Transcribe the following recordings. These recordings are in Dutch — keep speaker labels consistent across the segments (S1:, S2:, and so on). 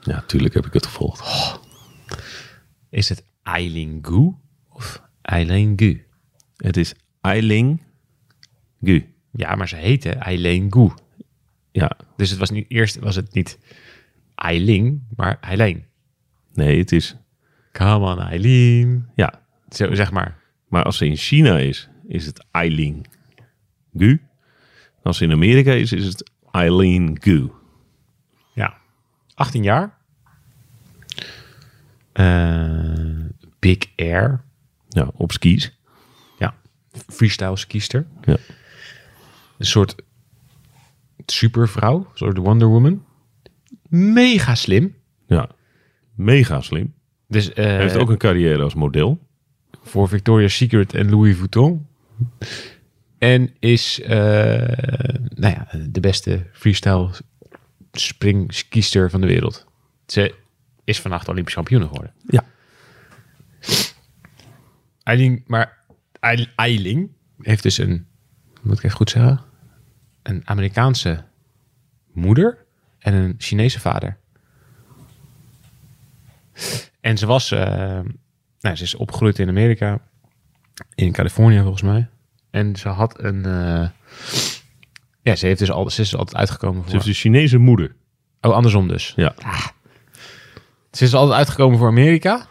S1: Ja, tuurlijk heb ik het gevolgd.
S2: Is het Eileen Gu of Eileen Gu?
S1: Het is Eileen Gu.
S2: Ja, maar ze heette Eileen Gu.
S1: Ja,
S2: Dus het was niet, eerst was het niet Eileen, maar Eileen.
S1: nee, het is...
S2: Come on Eileen.
S1: Ja,
S2: Zo zeg maar.
S1: maar als ze in China is, is het Eileen Gu. En als ze in Amerika is, is het Eileen Gu.
S2: Ja. 18 jaar. Eh, Big Air.
S1: Ja, op skis.
S2: Ja. Freestyle skiester.
S1: Ja.
S2: Een soort supervrouw. Een soort Wonder Woman. Mega slim.
S1: Ja, mega slim.
S2: Dus eh,
S1: Hij heeft ook een carrière als model.
S2: voor Victoria's Secret en Louis Vuitton. En is eh, nou ja, de beste freestyle springskiester van de wereld. Ze is vannacht Olympisch kampioen geworden.
S1: Ja.
S2: Eiling, maar Eil- Eiling heeft dus een, moet ik even goed zeggen, een Amerikaanse moeder en een Chinese vader. En ze was, eh, nou, ze is opgegroeid in Amerika, in Californië volgens mij. En ze had een, eh, ja, ze heeft dus al, ze is altijd uitgekomen
S1: Ze
S2: voor.
S1: heeft een Chinese moeder.
S2: Oh, andersom dus.
S1: Ja,
S2: Ze is altijd uitgekomen voor Amerika.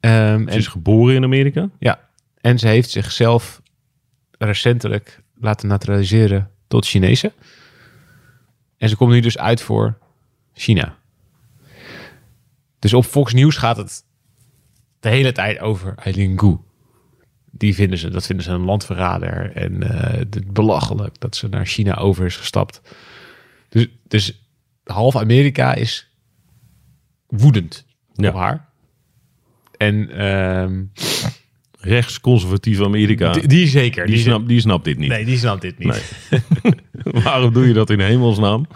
S2: Ehm,
S1: ze
S2: en,
S1: is geboren in Amerika.
S2: ja. en ze heeft zichzelf recentelijk laten naturaliseren tot Chinese. En ze komt nu dus uit voor China. Dus op Fox News gaat het de hele tijd over Eileen Gu. Die vinden ze, dat vinden ze een landverrader. En eh, het belachelijk dat ze naar China over is gestapt. Dus, dus half Amerika is woedend
S1: Ja.
S2: op haar. En ehm,
S1: Rechtsconservatief Amerika.
S2: die,
S1: Die,
S2: die zeker. Ah. Die, snapt.
S1: snapt, die snapt dit niet.
S2: Nee, die snapt dit niet.
S1: Waarom doe je dat in hemelsnaam?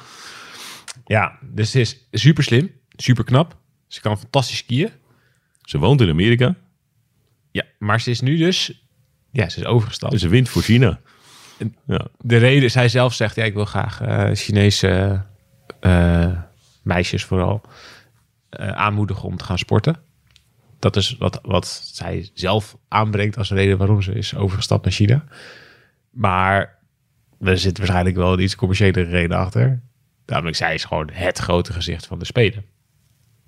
S2: Ja, dus ze is super slim, super knap. Ze kan fantastisch skiën.
S1: Ze woont in Amerika.
S2: Ja, maar ze is nu dus... Ja, ze is overgestapt.
S1: Dus ze wint voor China. Ja.
S2: de reden, zij zelf zegt, ja, ik wil graag eh, Chinese eh, meisjes vooral eh, aanmoedigen om te gaan sporten. Dat is wat, wat zij zelf aanbrengt als reden waarom ze is overgestapt naar China. Maar er zit waarschijnlijk wel een iets commerciële reden achter. Namelijk, zij is gewoon het grote gezicht van de Spelen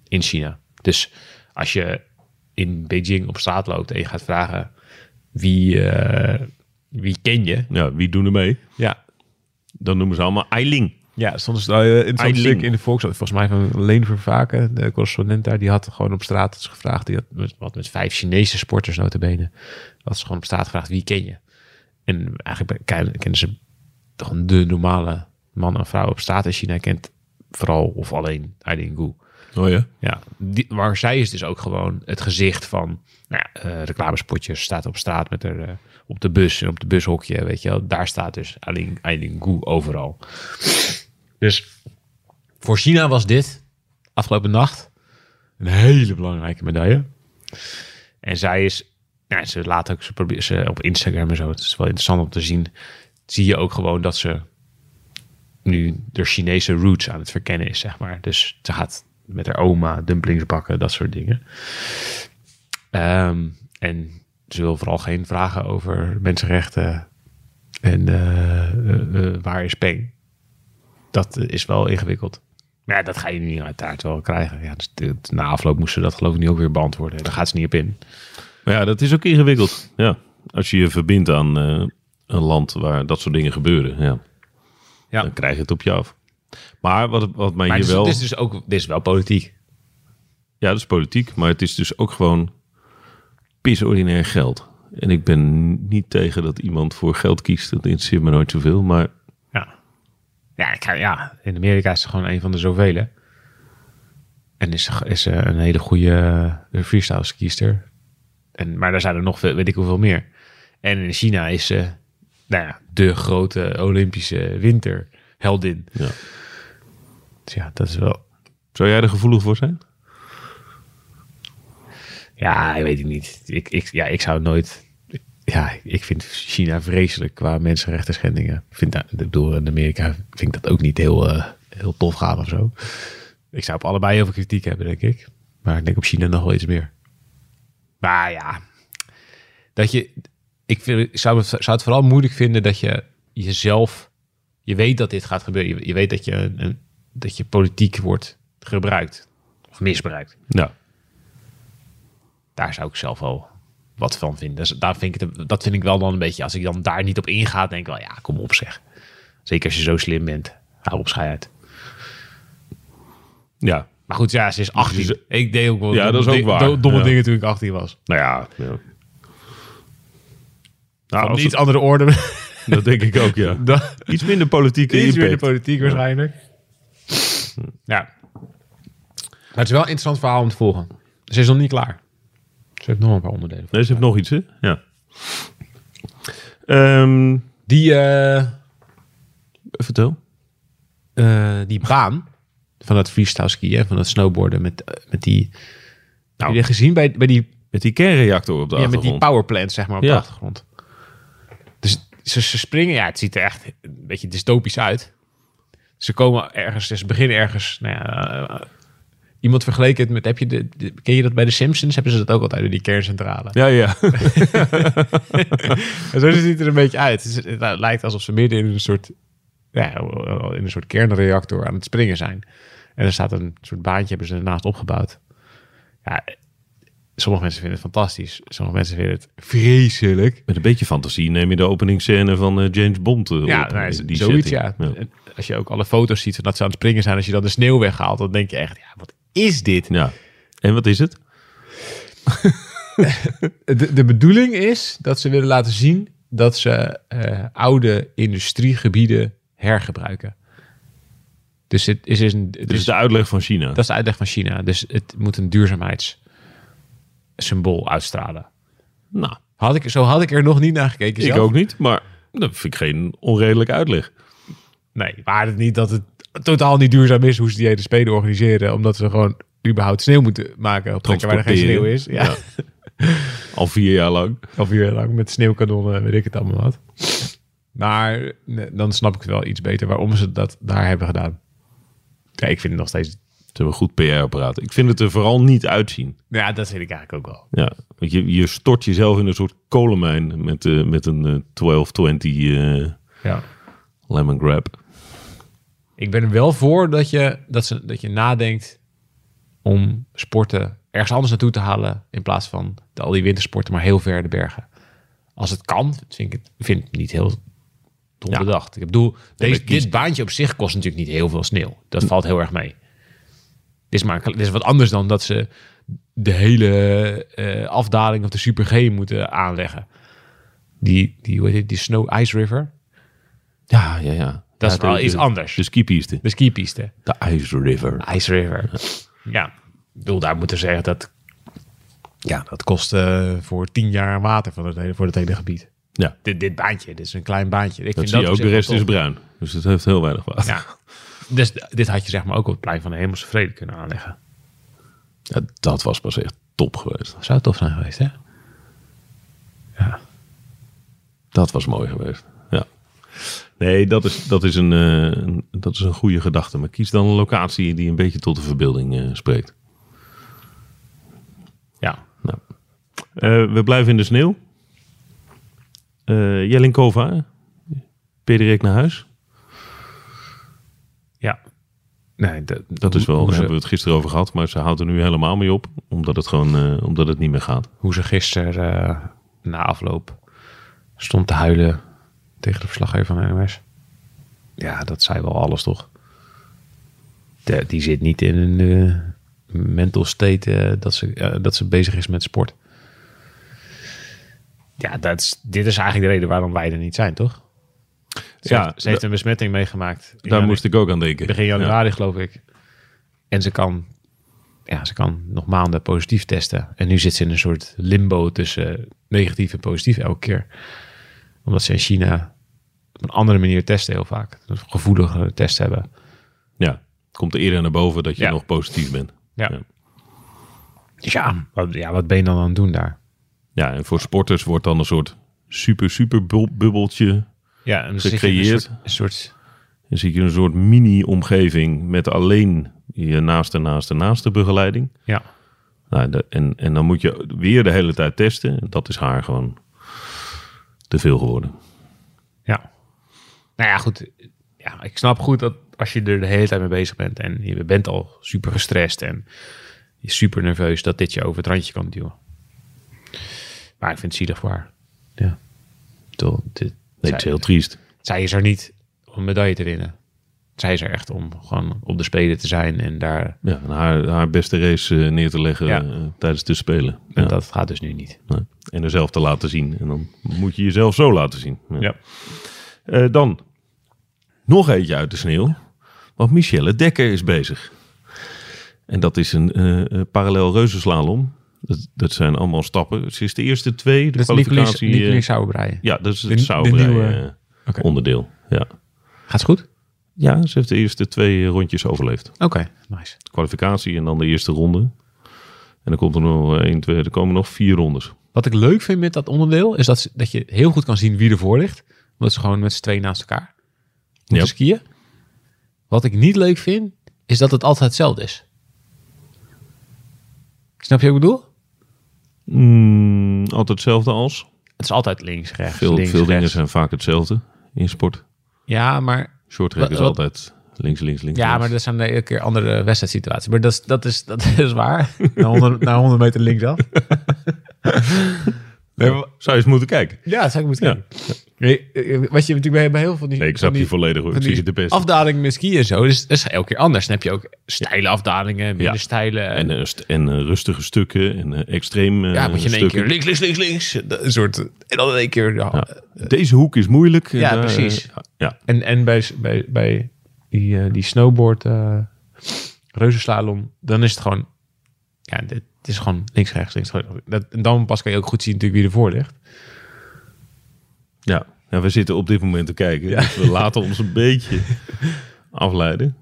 S2: in China. Dus als je in Beijing op straat loopt en je gaat vragen wie, eh, wie ken je,
S1: ja, wie doen er mee?
S2: ja,
S1: Dan noemen ze allemaal Eiling.
S2: ja, soms uh, in zo'n
S1: Eiling.
S2: stuk in de Volkskrant, volgens mij van Leen Vervaken, de correspondent daar, die had gewoon op straat eens gevraagd, die had met, wat met vijf Chinese sporters notabene, had ze gewoon op straat gevraagd, wie ken je? En eigenlijk be- ken- kennen ze toch een de normale man en vrouw op straat in China, kent vooral of alleen Eileen Gu.
S1: Oh ja?
S2: Ja, die, maar zij is dus ook gewoon het gezicht van nou ja, eh, reclamespotjes. Staat op straat met haar eh, op de bus en op de bushokje, weet je wel. Daar staat dus Eileen, Eileen Gu overal. Dus voor China was dit afgelopen nacht een hele belangrijke medaille. En zij is, nou, ze laat ook, ze probeert ze op Instagram en zo. Het is wel interessant om te zien. Zie je ook gewoon dat ze nu de Chinese roots aan het verkennen is, zeg maar. Dus ze gaat met haar oma dumplings bakken, dat soort dingen. Ehm, en ze wil vooral geen vragen over mensenrechten en eh, eh, eh, waar is Peng. Dat is wel ingewikkeld. Maar ja, dat ga je nu uiteraard wel krijgen. Ja, dus dit- na afloop moest ze dat geloof ik nu ook weer beantwoorden. Daar gaat ze niet op in.
S1: Maar ja, dat is ook ingewikkeld. Ja. Als je je verbindt aan eh, een land waar dat soort dingen gebeuren, ja.
S2: Ja.
S1: dan krijg je het op je af. Maar wat, wat mij
S2: Maar
S1: hier
S2: dit is,
S1: wel...
S2: dit is dus ook dit is wel politiek.
S1: Ja, dat is politiek, maar het is dus ook gewoon pisordinair geld. En ik ben niet tegen dat iemand voor geld kiest. Dat interesseert me nooit zoveel. Maar
S2: Ja. Ja, ik ga- ja, in Amerika is het gewoon een van de zoveel. En is, is eh, een hele goede eh, freestyle skiester. En, maar daar zijn er nog veel, weet ik hoeveel meer. En in China is ze nou ja, de grote Olympische winterheldin.
S1: Ja.
S2: Dus ja, dat is wel...
S1: Zou jij er gevoelig voor zijn?
S2: Ja, ik weet het niet. Ik, ik, ja, ik zou nooit... Ja, ik vind China vreselijk qua mensenrechten schendingen. Ik vind dat, ik bedoel, in Amerika vind ik dat ook niet heel, eh, heel tof gaan of zo. Ik zou op allebei heel veel kritiek hebben, denk ik. Maar ik denk op China nog wel iets meer. Maar ja, dat je. Ik, vind, ik zou, het, zou het vooral moeilijk vinden dat je jezelf. Je weet dat dit gaat gebeuren. Je, je weet dat je, een- een- dat je politiek wordt gebruikt of misbruikt.
S1: Ja.
S2: Daar zou ik zelf wel wat van vinden. Dus daar vind ik het, dat vind ik wel dan een beetje. Als ik dan daar niet op inga, denk ik wel, ja, kom op zeg. Zeker als je zo slim bent. Hou op, schei uit.
S1: Ja.
S2: Maar goed, ja, Dus ze is 18.
S1: ze-
S2: ik deed ook wel
S1: Ja, dat is ook
S2: di-
S1: waar.
S2: do- domme
S1: Ja.
S2: dingen toen ik 18 was.
S1: Nou ja. ja.
S2: Nou,
S1: als
S2: iets
S1: het-
S2: andere orde.
S1: Dat denk ik ook, ja.
S2: dan,
S1: Iets minder politieke
S2: iets meer de
S1: impact.
S2: politiek waarschijnlijk. Ja. Maar het is wel een interessant verhaal om te volgen. Ze is nog niet klaar. Ze heeft nog een paar onderdelen.
S1: nee, ze heeft nog iets, hè? Ja. Ehm,
S2: Die, eh,
S1: vertel.
S2: eh, die baan van dat freestyle skiën, van dat snowboarden met, eh, met die... Nou, heb je die gezien bij, bij die
S1: Met die kernreactor op de
S2: Ja, met die
S1: achtergrond.
S2: powerplant, zeg maar, op
S1: Ja.
S2: de achtergrond. Dus ze, ze springen, ja, het ziet er echt een beetje dystopisch uit. Ze komen ergens, ze beginnen ergens, nou ja, eh, iemand vergeleek het met, heb je de, de- ken je dat bij de Simpsons? Hebben ze dat ook altijd, die kerncentrale?
S1: ja, ja.
S2: En zo ziet het er een beetje uit. Het, is- het lijkt alsof ze midden in een soort, ja, in een soort kernreactor aan het springen zijn. En er staat een soort baantje, hebben ze ernaast opgebouwd. Ja, sommige mensen vinden het fantastisch. Sommige mensen vinden het vreselijk.
S1: Met een beetje fantasie neem je de openingsscène van eh, James Bond eh,
S2: Ja,
S1: op.
S2: nou,
S1: in
S2: z-
S1: die
S2: zoiets
S1: setting.
S2: ja.
S1: Ja.
S2: En Als je ook alle foto's ziet dat ze aan het springen zijn, als je dan de sneeuw weghaalt, dan denk je echt, ja, wat is dit?
S1: Ja. En wat is het?
S2: De, de bedoeling is dat ze willen laten zien dat ze eh, oude industriegebieden hergebruiken. Dus het is, is een, het
S1: Dit
S2: is-
S1: is de uitleg van China.
S2: dat is de uitleg van China. Dus het moet een duurzaamheidssymbool uitstralen.
S1: Nou,
S2: Had ik, zo had ik er nog niet naar gekeken.
S1: ik
S2: zelf.
S1: ook niet, maar dat vind ik geen onredelijke uitleg.
S2: Nee, maar het niet dat het totaal niet duurzaam is hoe ze die hele spelen organiseren. Omdat ze gewoon überhaupt sneeuw moeten maken op plekken waar er geen sneeuw
S1: Transporteren.
S2: is. Ja.
S1: Al vier jaar lang.
S2: Of uur lang met sneeuwkanonnen, weet ik het allemaal wat. Maar nee, dan snap ik het wel iets beter waarom ze dat daar hebben gedaan. Ja, ik vind het nog steeds...
S1: Ze hebben een goed PR-apparaat. Ik vind het er vooral niet uitzien.
S2: Ja, dat vind ik eigenlijk ook wel.
S1: Ja, want je, je stort jezelf in een soort kolenmijn met, eh, met een eh, 1220 eh,
S2: Ja.
S1: lemon grab.
S2: Ik ben er wel voor dat je, dat, ze, dat je nadenkt om sporten ergens anders naartoe te halen. In plaats van de- al die wintersporten, maar heel ver de bergen. Als het kan, vind ik het, vind ik het niet heel dom
S1: Ja.
S2: bedacht. Ik bedoel, deze,
S1: maar kies- Hm.
S2: dit baantje op zich kost natuurlijk niet heel veel sneeuw. Dat valt heel erg mee. Dit is, maar, een kle- dit is wat anders dan dat ze de hele eh, afdaling of de Super G moeten aanleggen. Die, die, hoe heet het, die Snow Ice River,
S1: Ja, ja, ja.
S2: dat
S1: Ja,
S2: is wel
S1: de-
S2: iets
S1: de-
S2: anders.
S1: De skipiste.
S2: de skipiste.
S1: De Ice River.
S2: Ice River. Ja, ik bedoel, daar moeten ze zeggen dat. Ja, dat kost eh, voor tien jaar water van het hele, voor het hele gebied.
S1: Ja,
S2: Dit, dit baantje, dit is een klein baantje. Ik
S1: dat
S2: vind
S1: zie je
S2: op
S1: ook. De
S2: zich
S1: rest
S2: wel
S1: is
S2: tof.
S1: bruin. Dus het heeft heel weinig water.
S2: Ja. Dus d- dit had je zeg maar ook op het plein van de Hemelse Vrede kunnen aanleggen.
S1: Ja, dat was pas echt top geweest.
S2: Zou tof zijn geweest, hè?
S1: Dat was mooi geweest. Ja. Nee, dat is, dat is, een, eh, een- dat is een goede gedachte. Maar kies dan een locatie die een beetje tot de verbeelding eh, spreekt.
S2: Ja.
S1: Nou. Eh, we blijven in de sneeuw. Eh Jelinkova. Ben je direct naar huis?
S2: Ja. Nee, dat,
S1: Dat is wel, daar
S2: Hoe, hoe,
S1: hebben
S2: ze,
S1: we het gisteren over gehad. Maar ze houdt er nu helemaal mee op. Omdat het gewoon eh, omdat het niet meer gaat.
S2: hoe ze gisteren eh, na afloop stond te huilen tegen de verslaggever van de NOS. Ja, dat zei wel alles, toch? De- die zit niet in een eh, mental state eh, dat, ze, eh, dat ze bezig is met sport. Ja, dat is, dit is eigenlijk de reden waarom wij er niet zijn, toch? Ze,
S1: Ja,
S2: heeft, ze heeft een besmetting meegemaakt. in
S1: Daar
S2: janu-
S1: moest ik ook aan denken.
S2: begin
S1: Ja.
S2: januari, geloof ik. En ze kan ja, ze kan nog maanden positief testen. En nu zit ze in een soort limbo tussen eh, negatief en positief elke keer. Omdat ze in China op een andere manier testen heel vaak. Dus gevoeligere test hebben.
S1: Ja, komt er eerder naar boven dat je
S2: Ja.
S1: nog positief bent.
S2: Ja. Dus ja, wat, ja, wat ben je dan aan het doen daar?
S1: Ja, en voor sporters wordt dan een soort super, super bub- bubbeltje.
S2: Ja, en
S1: Gecreëerd.
S2: Een soort, een soort
S1: Dan zit je in een soort mini-omgeving met alleen je naaste, naaste, naaste begeleiding.
S2: ja,
S1: Nou, de- en, en dan moet je weer de hele tijd testen. En Dat is haar gewoon te veel geworden.
S2: Ja. Nou ja, goed. Ja, ik snap goed dat als je er de hele tijd mee bezig bent en je bent al super gestrest en je is super nerveus, dat dit je over het randje kan duwen. Maar ik vind het zielig voor haar. Ja. Toch, dit,
S1: Nee, het is heel
S2: dus.
S1: triest.
S2: zij is er niet om een medaille te winnen. Zij is er echt om gewoon op de spelen te zijn en daar.
S1: Ja, en haar, haar beste race eh, neer te leggen
S2: Ja.
S1: eh, tijdens de Spelen.
S2: En
S1: Ja.
S2: dat gaat dus nu niet.
S1: Nee. En er zelf te laten zien. En dan moet je jezelf zo laten zien. Ja.
S2: Ja.
S1: Eh, dan nog eentje uit de sneeuw. Want Michelle Dekker is bezig. En dat is een eh, eh, parallel reuzenslalom. Dat, dat zijn allemaal stappen. Ze is de eerste twee. De
S2: Dat is
S1: kwalificatie. eh,
S2: Nicolas Sauerbreien.
S1: ja, dat is
S2: de-
S1: het
S2: de
S1: sauberij,
S2: nieuwe-
S1: eh,
S2: Oké.
S1: onderdeel. Ja.
S2: Gaat het goed?
S1: ja, ze heeft de eerste twee rondjes overleefd.
S2: Oké, nice.
S1: De kwalificatie en dan de eerste ronde. En dan komt er nog eh, één, twee, er komen nog vier rondes.
S2: Wat ik leuk vind met dat onderdeel is dat, ze- dat je heel goed kan zien wie ervoor ligt. Omdat ze gewoon met z'n twee naast elkaar moeten
S1: Ja.
S2: skiën. Wat ik niet leuk vind, is dat het altijd hetzelfde is. Snap je wat ik bedoel?
S1: Mm, altijd hetzelfde als.
S2: Het is altijd links, rechts,
S1: Veel,
S2: links,
S1: veel dingen
S2: rechts.
S1: zijn vaak hetzelfde in sport.
S2: Ja, maar,
S1: Shorttrack
S2: Wat-
S1: is
S2: wat-
S1: altijd links, links, links.
S2: ja,
S1: links.
S2: maar dat zijn elke keer andere wedstrijdsituaties. Maar dat is, dat is, dat is waar. Na 100, na 100 meter linksaf. nee, maar-
S1: Zou je eens moeten kijken.
S2: ja, dat zou ik moeten
S1: Ja.
S2: kijken. Nee, eh, Wat je natuurlijk bij- bij heel veel... die-
S1: Nee, ik snap
S2: van
S1: je
S2: die-
S1: volledig hoor. Ik
S2: Van
S1: zie
S2: die
S1: je de beste.
S2: Afdaling met skiën en zo. Dus dat is elke keer anders. Dan heb je ook steile afdalingen, minder
S1: Ja.
S2: steile.
S1: En, eh, st- en eh, rustige stukken en eh, extreem eh,
S2: ja, moet je in één
S1: stukken.
S2: keer links, links, links, links. Dat- Een soort, en dan in één keer. ja.
S1: Deze hoek is moeilijk.
S2: Ja,
S1: En, eh,
S2: precies.
S1: ja,
S2: En, en bij, bij, bij die, eh, die snowboard eh reuzenslalom, dan is het gewoon... Ja, dit- het is gewoon links, rechts, links. rechts. Dat, en dan pas kan je ook goed zien natuurlijk wie ervoor ligt.
S1: ja. ja, we zitten op dit moment te kijken. Dus we laten ons een beetje afleiden.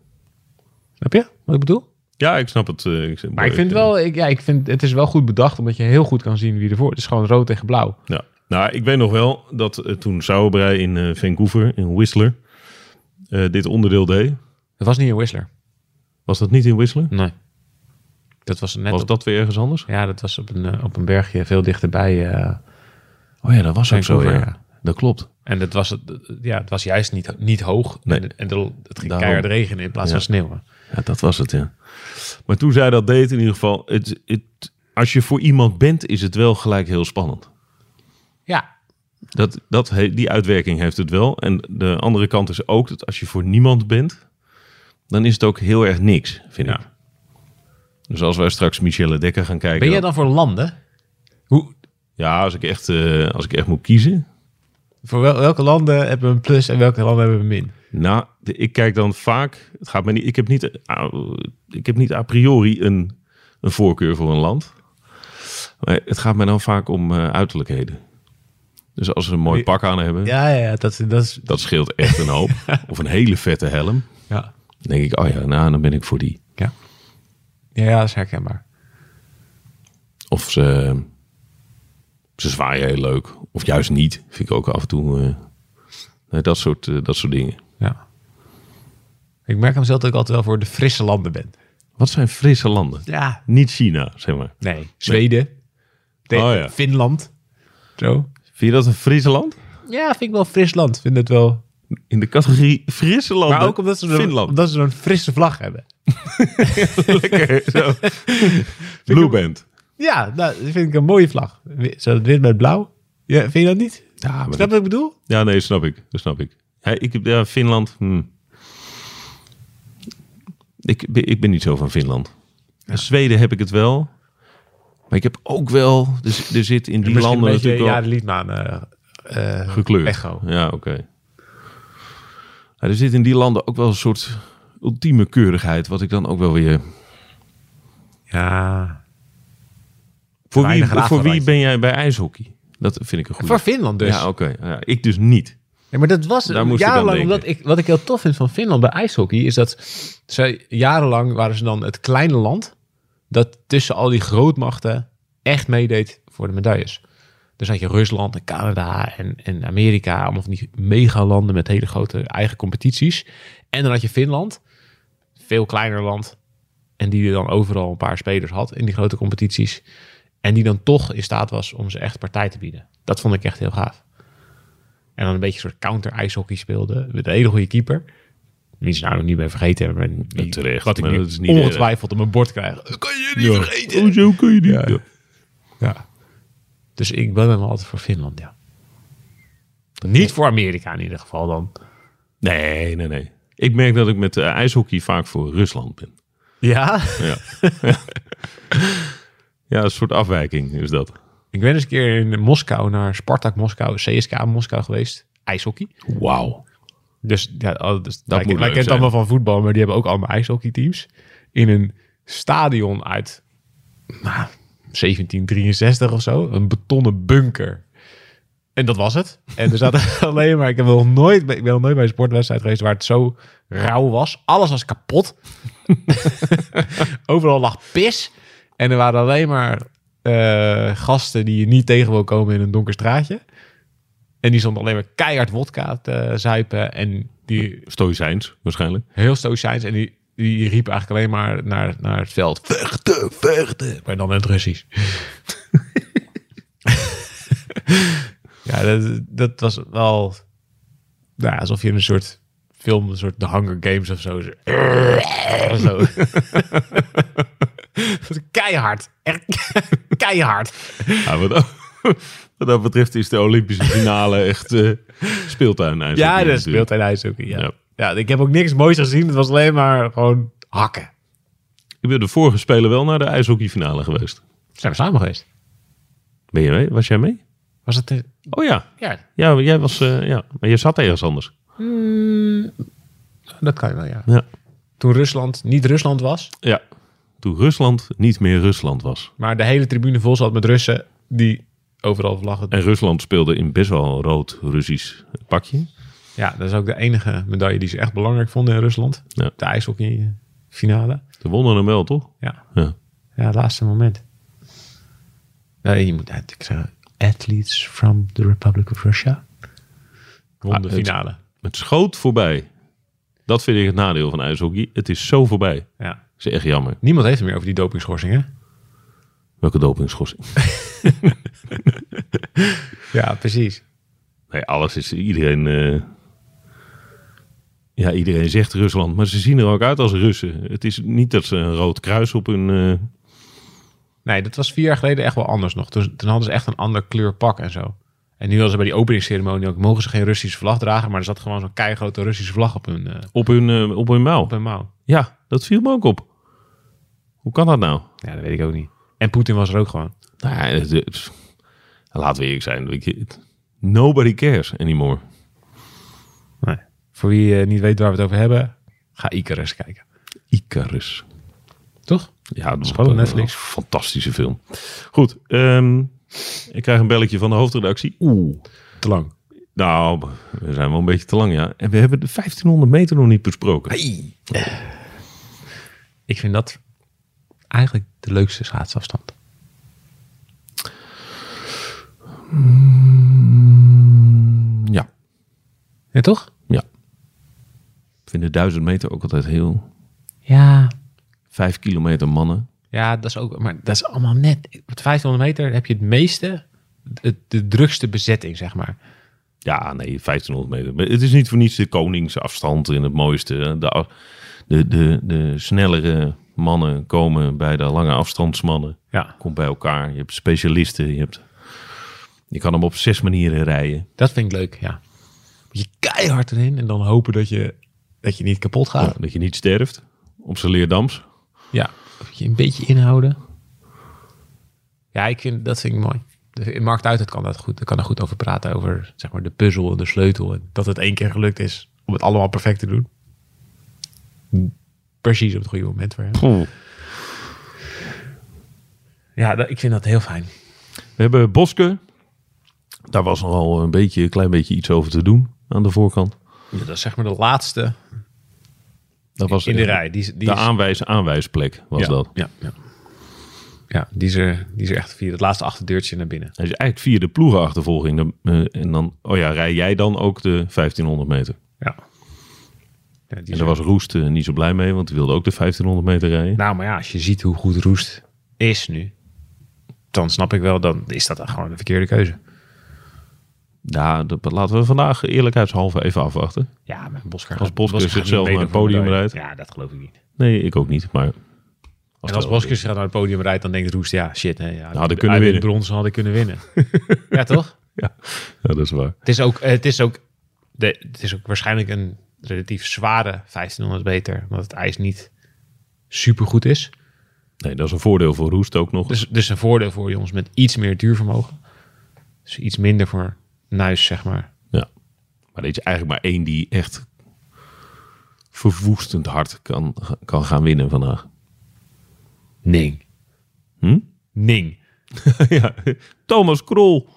S2: Snap je wat ik bedoel?
S1: Ja, ik snap het. eh, ik,
S2: Maar ik vind,
S1: eh,
S2: wel, ik, ja, ik vind het is wel goed bedacht, omdat je heel goed kan zien wie ervoor... Het is gewoon rood tegen blauw.
S1: Ja. Nou, ik weet nog wel dat eh, toen Sauerbrei in eh, Vancouver, in Whistler, eh, dit onderdeel deed.
S2: Het was niet een Whistler.
S1: Was dat niet in Whistler?
S2: Nee. Dat was net
S1: Was
S2: op-
S1: dat weer ergens anders?
S2: Ja, dat was op een, eh, op een bergje veel dichterbij. eh.
S1: Oh ja, dat was ook zo.
S2: Vancouver,
S1: Ja. Dat klopt.
S2: en dat was, het, ja, het was juist niet, niet hoog.
S1: Nee.
S2: En, en de- het ging
S1: Daarom.
S2: keihard regenen in plaats
S1: Ja.
S2: van sneeuwen.
S1: Ja, dat was het, ja. Maar toen zij dat deed, in ieder geval, het, het, als je voor iemand bent, is het wel gelijk heel spannend.
S2: Ja,
S1: Dat, dat, he- die uitwerking heeft het wel. En de andere kant is ook dat als je voor niemand bent, dan is het ook heel erg niks, vind
S2: Ja.
S1: ik. Dus als wij straks Michelle Dekker gaan kijken.
S2: ben jij dan voor landen? Hoe,
S1: Ja, als ik echt, eh, als ik echt moet kiezen.
S2: voor wel- welke landen hebben we een plus en welke landen hebben we een min?
S1: Nou, de- ik kijk dan vaak. Het gaat me niet, ik, heb niet, eh, au- ik heb niet a priori een, een voorkeur voor een land. Maar het gaat me dan vaak om eh, uiterlijkheden. Dus als ze een mooi
S2: Ja.
S1: pak aan hebben,
S2: Ja, ja, ja, dat, dat is...
S1: dat scheelt echt een hoop. Of een hele vette helm.
S2: Ja.
S1: Dan denk ik, oh ja, nou, dan ben ik voor die.
S2: Ja. Ja, ja, dat is herkenbaar.
S1: Of ze, ze zwaaien heel leuk. Of juist niet. Vind ik ook af en toe. eh, nee, dat, soort, eh, dat soort dingen.
S2: Ja. Ik merk hem zelf dat ik altijd wel voor de frisse landen ben.
S1: Wat zijn frisse landen?
S2: Ja.
S1: Niet China, zeg maar.
S2: Nee. Zweden.
S1: Oh,
S2: Oh,
S1: ja.
S2: Finland. Zo.
S1: Vind je dat een frisse land?
S2: Ja, vind ik wel fris land. Vind het wel
S1: In de categorie frisse landen.
S2: Maar ook omdat ze, zo'n-
S1: Finland.
S2: omdat ze zo'n frisse vlag hebben.
S1: Lekker. Zo. Blue Band.
S2: Ja, nou, dat vind ik een mooie vlag. Zo het wit met blauw. Ja, vind je dat niet?
S1: Ja, maar
S2: Snap je wat ik bedoel?
S1: ja, nee, snap ik. Dat snap ik. Ja, ik heb- ja, Finland. hmm. Ik, ben- ik ben niet zo van Finland. En Zweden heb ik het wel. Maar ik heb ook wel. Dus er zit in die
S2: Misschien
S1: landen
S2: een beetje
S1: natuurlijk
S2: ja,
S1: wel
S2: de liedmaan eh, eh,
S1: gekleurd.
S2: echo.
S1: Ja, oké. Ja, er zit in die landen ook wel een soort ultieme keurigheid. Wat ik dan ook wel weer
S3: Ja,
S1: Voor wie,
S3: Weinig
S1: voor wie
S3: rafelrandje.
S1: ben jij bij ijshockey? Dat vind ik een goede.
S2: Voor Finland dus.
S1: Ja, oké. Ja, ik dus niet.
S2: Nee, maar dat was
S1: Daar moest ik aan
S2: jarenlang.
S1: denken.
S2: Omdat ik, wat ik heel tof vind van Finland bij ijshockey is dat ze jarenlang waren ze dan het kleine land dat tussen al die grootmachten echt meedeed voor de medailles. Dus had je Rusland en Canada en, en Amerika, allemaal van die megalanden met hele grote eigen competities. En dan had je Finland, veel kleiner land, en die dan overal een paar spelers had in die grote competities. En die dan toch in staat was om ze echt partij te bieden. Dat vond ik echt heel gaaf. En dan een beetje een soort counter-ijshockey speelde. Met een hele goede keeper. Wie ze nou nog niet meer vergeten hebben. maar die-
S1: terecht,
S2: Wat ik
S1: maar
S2: nu
S1: dat is niet eh,
S2: ongetwijfeld op mijn bord krijg. Dat kan je niet vergeten.
S1: Hoezo Oh, kun je niet? Ja.
S2: Ja. Dus ik ben hem altijd voor Finland, ja. Niet voor Amerika in ieder geval dan.
S1: Nee, nee, nee. Ik merk dat ik met eh, ijshockey vaak voor Rusland ben.
S2: Ja?
S1: Ja. ja, een soort afwijking is dat.
S2: Ik ben eens een keer in Moskou naar Spartak Moskou, CSK Moskou geweest. IJshockey.
S1: Wauw.
S2: Dus, ja,
S1: oh,
S2: al- dus wij,
S1: moet
S2: wij
S1: leuk
S2: kennen het
S1: zijn.
S2: allemaal van voetbal, maar die hebben ook allemaal ijshockeyteams. In een stadion uit nou, 1763 of zo. Een betonnen bunker. En dat was het. En er zaten alleen maar... Ik, heb nog nooit, bij- ik ben nog nooit bij een sportwedstrijd geweest waar het zo rauw was. Alles was kapot. Overal lag pis. En er waren alleen maar eh, gasten die je niet tegen wil komen in een donker straatje. En die stonden alleen maar keihard wodka te eh, zuipen. En die
S1: Stoïcijns, waarschijnlijk.
S2: heel stoïcijns. En die, die riep eigenlijk alleen maar naar, naar het veld. Vechten, vechten. Maar dan in het Russisch. ja, dat, dat was wel... Nou, alsof je in een soort film, een soort The Hunger Games of zo... zo- zo. Dat was keihard. Echt keihard.
S1: Ja, wat, wat dat betreft is de Olympische finale echt eh, speeltuin ijshockey.
S2: Ja, dat
S1: natuurlijk.
S2: speelt hij ijshockey. Ja.
S1: Ja.
S2: Ja. ik heb ook niks moois gezien. Het was alleen maar gewoon hakken.
S1: Ik ben de vorige spelen wel naar de ijshockeyfinale geweest.
S2: Zijn we samen geweest?
S1: Ben je mee? Was jij mee?
S2: Was het... de-
S1: Oh ja.
S2: Ja,
S1: Ja, jij was, eh, ja. maar je zat ergens anders.
S2: Dat kan je wel, ja.
S1: Ja.
S2: Toen Rusland niet Rusland was,
S1: ja. Toen Rusland niet meer Rusland was.
S2: maar de hele tribune vol zat met Russen die overal vlaggen.
S1: En Rusland speelde in best wel een rood Russisch pakje.
S2: Ja, dat is ook de enige medaille die ze echt belangrijk vonden in Rusland.
S1: Ja.
S2: De ijshockeyfinale.
S1: Ze wonnen hem wel, toch?
S2: Ja,
S1: Ja.
S2: ja het laatste moment. Nee, je moet eigenlijk zeggen, athletes from the Republic of Russia. Won de
S1: Ah, het-
S2: finale.
S1: Het schoot voorbij. Dat vind ik het nadeel van ijshockey. Het is zo voorbij. Dat
S2: Ja.
S1: is echt jammer.
S2: Niemand heeft het meer over die dopingschorsing, hè?
S1: Welke dopingschorsing.
S2: Ja, precies.
S1: Nee, alles is iedereen. eh, Ja, iedereen zegt Rusland, maar ze zien er ook uit als Russen. Het is niet dat ze een rood kruis op hun. eh,
S2: Nee, dat was vier jaar geleden echt wel anders nog. Dus Toen, toen hadden ze echt een ander kleur pak en zo. En nu hadden ze bij die openingsceremonie ook... mogen ze geen Russische vlag dragen... maar er zat gewoon zo'n keigrote Russische vlag op hun, eh,
S1: op, hun eh, op hun mouw.
S2: op hun mouw.
S1: Ja, dat viel me ook op. Hoe kan dat nou?
S2: Ja, dat weet ik ook niet. En Poetin was er ook gewoon.
S1: Nou, ja, het- het- laten we eerlijk zijn. weet je, het- Nobody cares anymore.
S2: Nee. Voor wie eh, niet weet waar we het over hebben... ga Icarus kijken.
S1: Icarus.
S2: Toch?
S1: Ja, dat is
S2: gewoon
S1: gewoon
S2: op
S1: Netflix.
S2: Netflix.
S1: Fantastische film. Goed, ehm, ik krijg een belletje van de hoofdredactie. Oeh.
S2: Te lang.
S1: Nou, we zijn wel een beetje te lang, ja. En we hebben de 1500 meter nog niet besproken.
S2: Ik vind dat eigenlijk de leukste schaatsafstand.
S1: Ja.
S2: Mm, Ja, toch?
S1: Ja. Ik vind de 1000 meter ook altijd heel...
S2: Ja.
S1: Vijf kilometer mannen.
S2: Ja, dat is ook... Maar dat is allemaal net... Op de 500 meter heb je het meeste... De, de drukste bezetting, zeg maar.
S1: Ja, nee, 1500 meter. Maar het is niet voor niets de koningsafstand in het mooiste. De, de, de, de snellere mannen komen bij de lange afstandsmannen.
S2: Ja.
S1: Komt bij elkaar. Je hebt specialisten. Je, hebt, je kan hem op zes manieren rijden.
S2: Dat vind ik leuk, ja. Moet je keihard erin en dan hopen dat je, dat je niet kapot gaat.
S1: Dat je niet sterft. Op zijn leerdams.
S2: Ja. Moet je een beetje inhouden. Ja, ik vind, dat vind ik mooi. De- Mark Duitert kan dat goed. Ik kan er goed over praten, over zeg maar, de puzzel en de sleutel. En dat het één keer gelukt is om het allemaal perfect te doen. Precies op het goede moment voor hem.
S1: Poeh.
S2: Ja, dat- ik vind dat heel fijn.
S1: We hebben Boske. Daar was nogal een beetje, een klein beetje iets over te doen aan de voorkant.
S2: Ja, dat is zeg maar de laatste
S1: Dat was
S2: in de
S1: echt
S2: rij. Die, is- die
S1: De
S2: is-
S1: aanwijs, aanwijsplek was
S2: ja,
S1: dat.
S2: Ja, ja. ja die, is er, die is er echt via het laatste achterdeurtje naar binnen.
S1: Hij is eigenlijk via de ploegenachtervolging. dan, eh, en dan, oh ja, rij jij dan ook de 1500 meter.
S2: Ja. Ja, die is
S1: En daar
S2: er-
S1: was Roest eh, niet zo blij mee, want die wilde ook de 1500 meter rijden.
S2: Nou, maar ja, als je ziet hoe goed Roest is nu, dan snap ik wel, dan is dat dan gewoon de verkeerde keuze.
S1: Ja, Nou, dat laten we vandaag eerlijkheidshalve even afwachten.
S2: Ja, met Bosker.
S1: Als Bosker zichzelf naar het podium rijdt.
S2: Ja, dat geloof ik niet.
S1: Nee, ik ook niet, maar...
S2: en als Bosker zich naar het podium rijdt, dan denkt Roest, ja, shit. Hè, ja,
S1: hadden kunnen
S2: hij wint
S1: winnen.
S2: brons, hadden kunnen winnen. ja, toch?
S1: Ja, ja, dat is waar.
S2: Het is ook, eh, het is ook, de, het is ook waarschijnlijk een relatief zware 1500 meter, omdat het ijs niet supergoed is.
S1: Nee, dat is een voordeel voor Roest ook nog.
S2: Dus, dus een voordeel voor jongens met iets meer duurvermogen. Dus iets minder voor Nuis, zeg maar.
S1: Ja. Maar dit is eigenlijk maar één die echt verwoestend hard kan, kan gaan winnen vandaag.
S2: Ning.
S1: Hm?
S2: Ning.
S1: ja, Thomas Krol.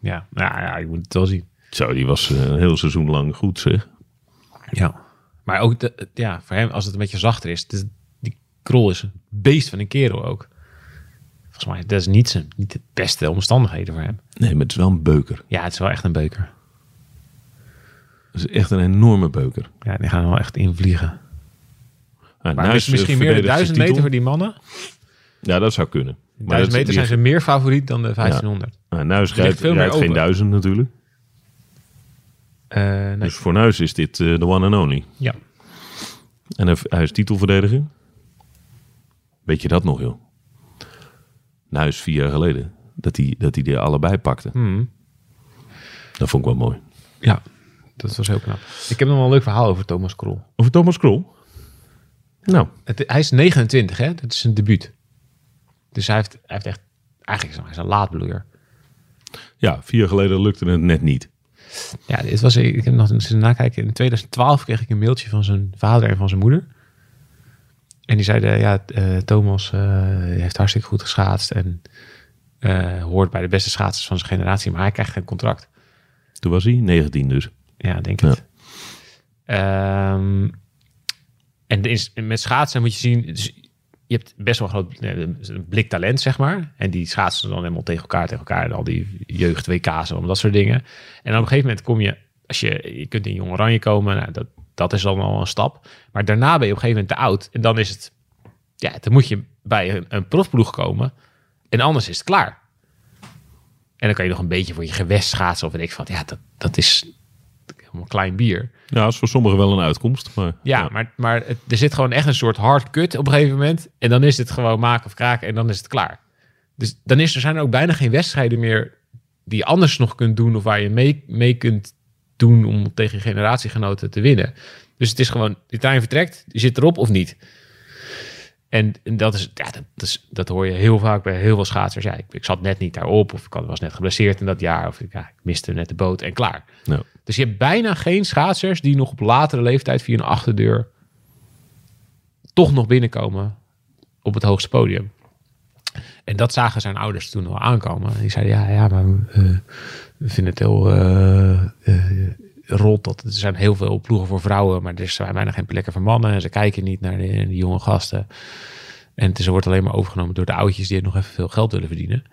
S2: Ja, nou ja, ik moet het wel zien.
S1: Zo, die was eh, een heel seizoen lang goed, zeg.
S2: Ja. Maar ook, de, ja, voor hem, als het een beetje zachter is, dus die krol is een beest van een kerel ook. Volgens mij, dat is niet, zijn, niet de beste omstandigheden voor hem.
S1: Nee, maar het is wel een beuker.
S2: Ja, het is wel echt een beuker.
S1: Het is echt een enorme beuker.
S2: Ja, die gaan er wel echt in vliegen.
S1: Ah,
S2: Maar
S1: Nuis,
S2: mis-
S1: eh,
S2: misschien meer de
S1: verdedigt zijn
S2: duizend meter
S1: titel.
S2: voor die mannen.
S1: Ja, dat zou kunnen. Maar
S2: duizend meter zijn ze meer favoriet dan de 1500.
S1: Nou, Nuis
S2: ligt
S1: rijdt,
S2: veel meer
S1: rijdt geen
S2: open.
S1: duizend natuurlijk.
S2: Eh, nee.
S1: Dus voor Nuis is dit eh, de one and only.
S2: Ja.
S1: En hij, hij is titelverdediger. Weet je dat nog, joh? Nuis vier jaar geleden. Dat hij, dat hij die allebei pakte. Dat vond ik wel mooi.
S2: ja, dat was heel knap. Ik heb nog wel een leuk verhaal over Thomas Krol.
S1: Over Thomas Krol? Nou,
S2: Het, hij is 29, hè? Dat is zijn debuut. Dus hij heeft, hij heeft echt... Eigenlijk is hij een laadbloeier.
S1: ja, vier jaar geleden lukte het net niet.
S2: Ja, dit was, ik heb nog eens nakijken. In 2012 kreeg ik een mailtje van zijn vader en van zijn moeder. En die zeiden, ja, eh, Thomas eh, heeft hartstikke goed geschaatst en eh, hoort bij de beste schaatsers van zijn generatie, maar hij krijgt geen contract.
S1: Toen was hij 19 dus.
S2: Ja, denk
S1: Ja.
S2: ik. en er is- met schaatsen moet je zien, dus je hebt best wel een groot eh, blik talent, zeg maar. En die schaatsen dan helemaal tegen elkaar, tegen elkaar. En al die jeugd WK's en allemaal dat soort dingen. En op een gegeven moment kom je, als je, je kunt in Jong Oranje komen. Nou, dat, dat is dan al een stap. Maar daarna ben je op een gegeven moment te oud. En dan is het, ja, dan moet je bij een, een profploeg komen. En anders is het klaar. En dan kan je nog een beetje voor je gewest schaatsen. Of weet ik van, ja, dat, dat is helemaal klein bier.
S1: Ja, is voor sommigen wel een uitkomst. Maar,
S2: Ja, maar, maar het- er zit gewoon echt een soort hard cut op een gegeven moment. En dan is het gewoon maken of kraken en dan is het klaar. Dus dan is, er zijn er ook bijna geen wedstrijden meer die je anders nog kunt doen... of waar je mee, mee kunt doen om tegen je generatiegenoten te winnen. Dus het is gewoon, de trein vertrekt, je zit erop of niet. En, en dat, is, ja, dat, is, dat hoor je heel vaak bij heel veel schaatsers. Ja, ik, ik zat net niet daarop of ik had- was net geblesseerd in dat jaar... of ik, ja, ik miste net de boot en klaar.
S1: Nou,
S2: Dus je hebt bijna geen schaatsers die nog op latere leeftijd via een achterdeur toch nog binnenkomen op het hoogste podium. En dat zagen zijn ouders toen al aankomen. Die zeiden, ja, ja maar eh, we vinden het heel eh, eh, rot. Dat, er zijn heel veel ploegen voor vrouwen, maar er zijn bijna geen plekken voor mannen. En ze kijken niet naar die, die jonge gasten. En het is, wordt alleen maar overgenomen door de oudjes die nog even veel geld willen verdienen.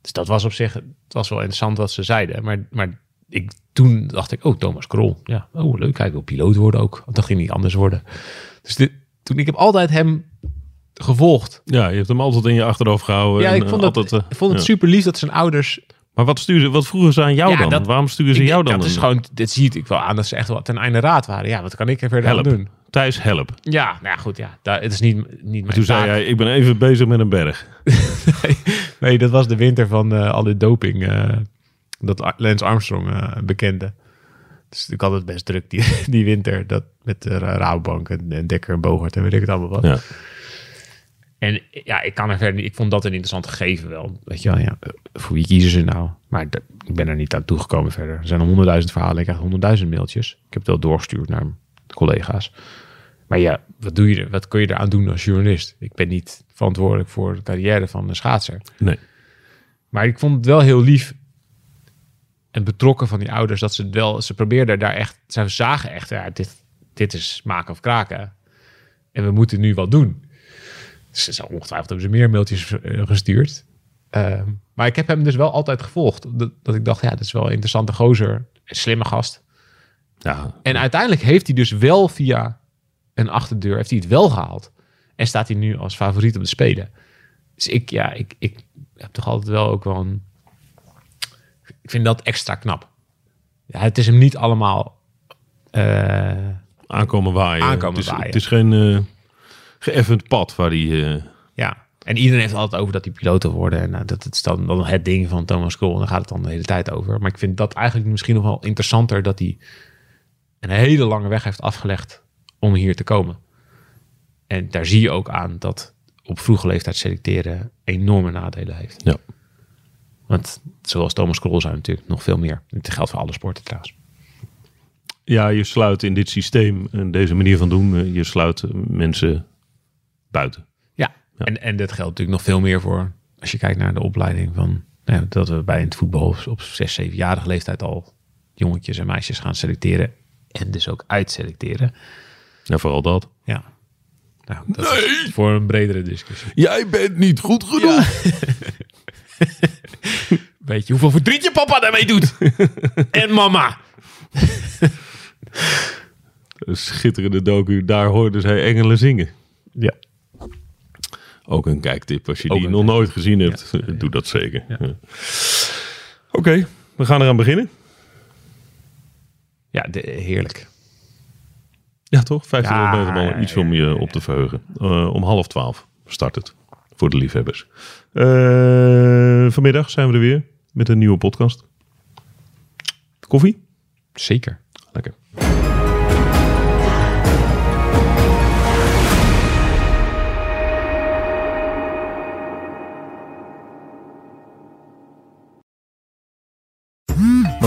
S2: Dus dat was op zich, het was wel interessant wat ze zeiden. Maar, maar ik, toen dacht ik, oh, Thomas Krol. Ja, oh, leuk, hij wil piloot worden ook. Dat ging niet anders worden. Dus dit, toen, ik heb altijd hem gevolgd.
S1: ja, je hebt hem altijd in je achterhoofd gehouden.
S2: Ja,
S1: en,
S2: ik
S1: eh,
S2: vond het,
S1: altijd, eh,
S2: ik vond het
S1: ja.
S2: super lief dat zijn ouders...
S1: Maar wat, sturen, wat vroegen ze aan jou
S2: Ja,
S1: dan?
S2: dat-
S1: Waarom sturen ze
S2: Ik-
S1: Dus jou dan?
S2: Dat is
S1: een-
S2: gewoon, dit zie ik wel aan dat ze echt wel ten einde raad waren. Ja, wat kan ik er verder aan
S1: help.
S2: doen?
S1: Thijs, help. Maar
S2: Ja, nou ja, goed, ja. Daar, het is niet, niet mijn
S1: toen zei
S2: taak.
S1: jij, ik ben even bezig met een berg.
S2: Nee, dat was de winter van eh, al die doping. eh, dat Ar- Lance Armstrong eh, bekende. Dus ik had het best druk die, die winter. Dat, met de Rabobank en, en Dekker en Bogert en weet ik het allemaal wat.
S1: Ja.
S2: En ja, ik kan er verder niet. Ik vond dat een interessant gegeven wel. Weet je wel, ja. eh, Voor wie kiezen ze nou? Maar dat- ik ben er niet aan toegekomen verder. Er zijn al honderdduizend verhalen. Ik krijg honderdduizend mailtjes. Ik heb het wel doorgestuurd naar collega's. Maar ja, wat, doe je er, wat kun je eraan doen als journalist? Ik ben niet verantwoordelijk voor de carrière van een schaatser.
S1: Nee.
S2: Maar ik vond het wel heel lief en betrokken van die ouders. Dat ze het wel, ze probeerden daar echt, ze zagen echt, ja, dit, dit is maken of kraken. En we moeten nu wat doen. Ze ze- ongetwijfeld hebben ze meer mailtjes eh, gestuurd. Ehm, maar ik heb hem dus wel altijd gevolgd. Dat, dat ik dacht, ja, dat is wel een interessante gozer. Een slimme gast.
S1: Ja,
S2: En uiteindelijk heeft hij dus wel via een achterdeur, heeft hij het wel gehaald. En staat hij nu als favoriet op de Spelen. Dus ik, ja, ik, ik heb toch altijd wel ook wel een... Ik vind dat extra knap. Ja, het is hem niet allemaal... eh,
S1: aankomen waaien.
S2: Aankomen
S1: het is,
S2: waaien.
S1: Het is geen eh geëffend pad waar die... eh,
S2: Ja. En iedereen heeft het altijd over dat die piloten worden. En nou, dat het is dan, dan het ding van Thomas Krol. En daar gaat het dan de hele tijd over. Maar ik vind dat eigenlijk misschien nog wel interessanter dat hij een hele lange weg heeft afgelegd om hier te komen. En daar zie je ook aan dat op vroege leeftijd selecteren enorme nadelen heeft.
S1: ja.
S2: Want zoals Thomas Krol zijn natuurlijk nog veel meer. Dit geldt voor alle sporten trouwens.
S1: ja, je sluit in dit systeem en deze manier van doen, eh, je sluit eh, mensen buiten.
S2: Ja, En, en dat geldt natuurlijk nog veel meer voor als je kijkt naar de opleiding van nou ja, dat we bij het voetbal op- op 6, 7-jarige leeftijd al jongetjes en meisjes gaan selecteren en dus ook uitselecteren.
S1: Ja, vooral dat.
S2: Ja. Nou, dat is voor een bredere discussie.
S1: Jij bent niet goed genoeg.
S2: Weet je hoeveel verdriet je papa daarmee doet? en mama.
S1: Een schitterende docu, daar hoorden zij engelen zingen.
S2: Ja.
S1: Ook een kijktip als je
S2: Ook
S1: die
S2: een
S1: nog nooit gezien hebt. Doe dat zeker. Ja. Oké, we gaan eraan beginnen.
S2: Ja, de- heerlijk.
S1: Ja, toch? 1500 meter
S2: Ja,
S1: ballen. Iets om je op te verheugen. Eh, om half twaalf start het. Voor de liefhebbers. Eh, vanmiddag zijn we er weer met een nieuwe podcast. Koffie?
S2: Zeker.
S1: Lekker.
S4: We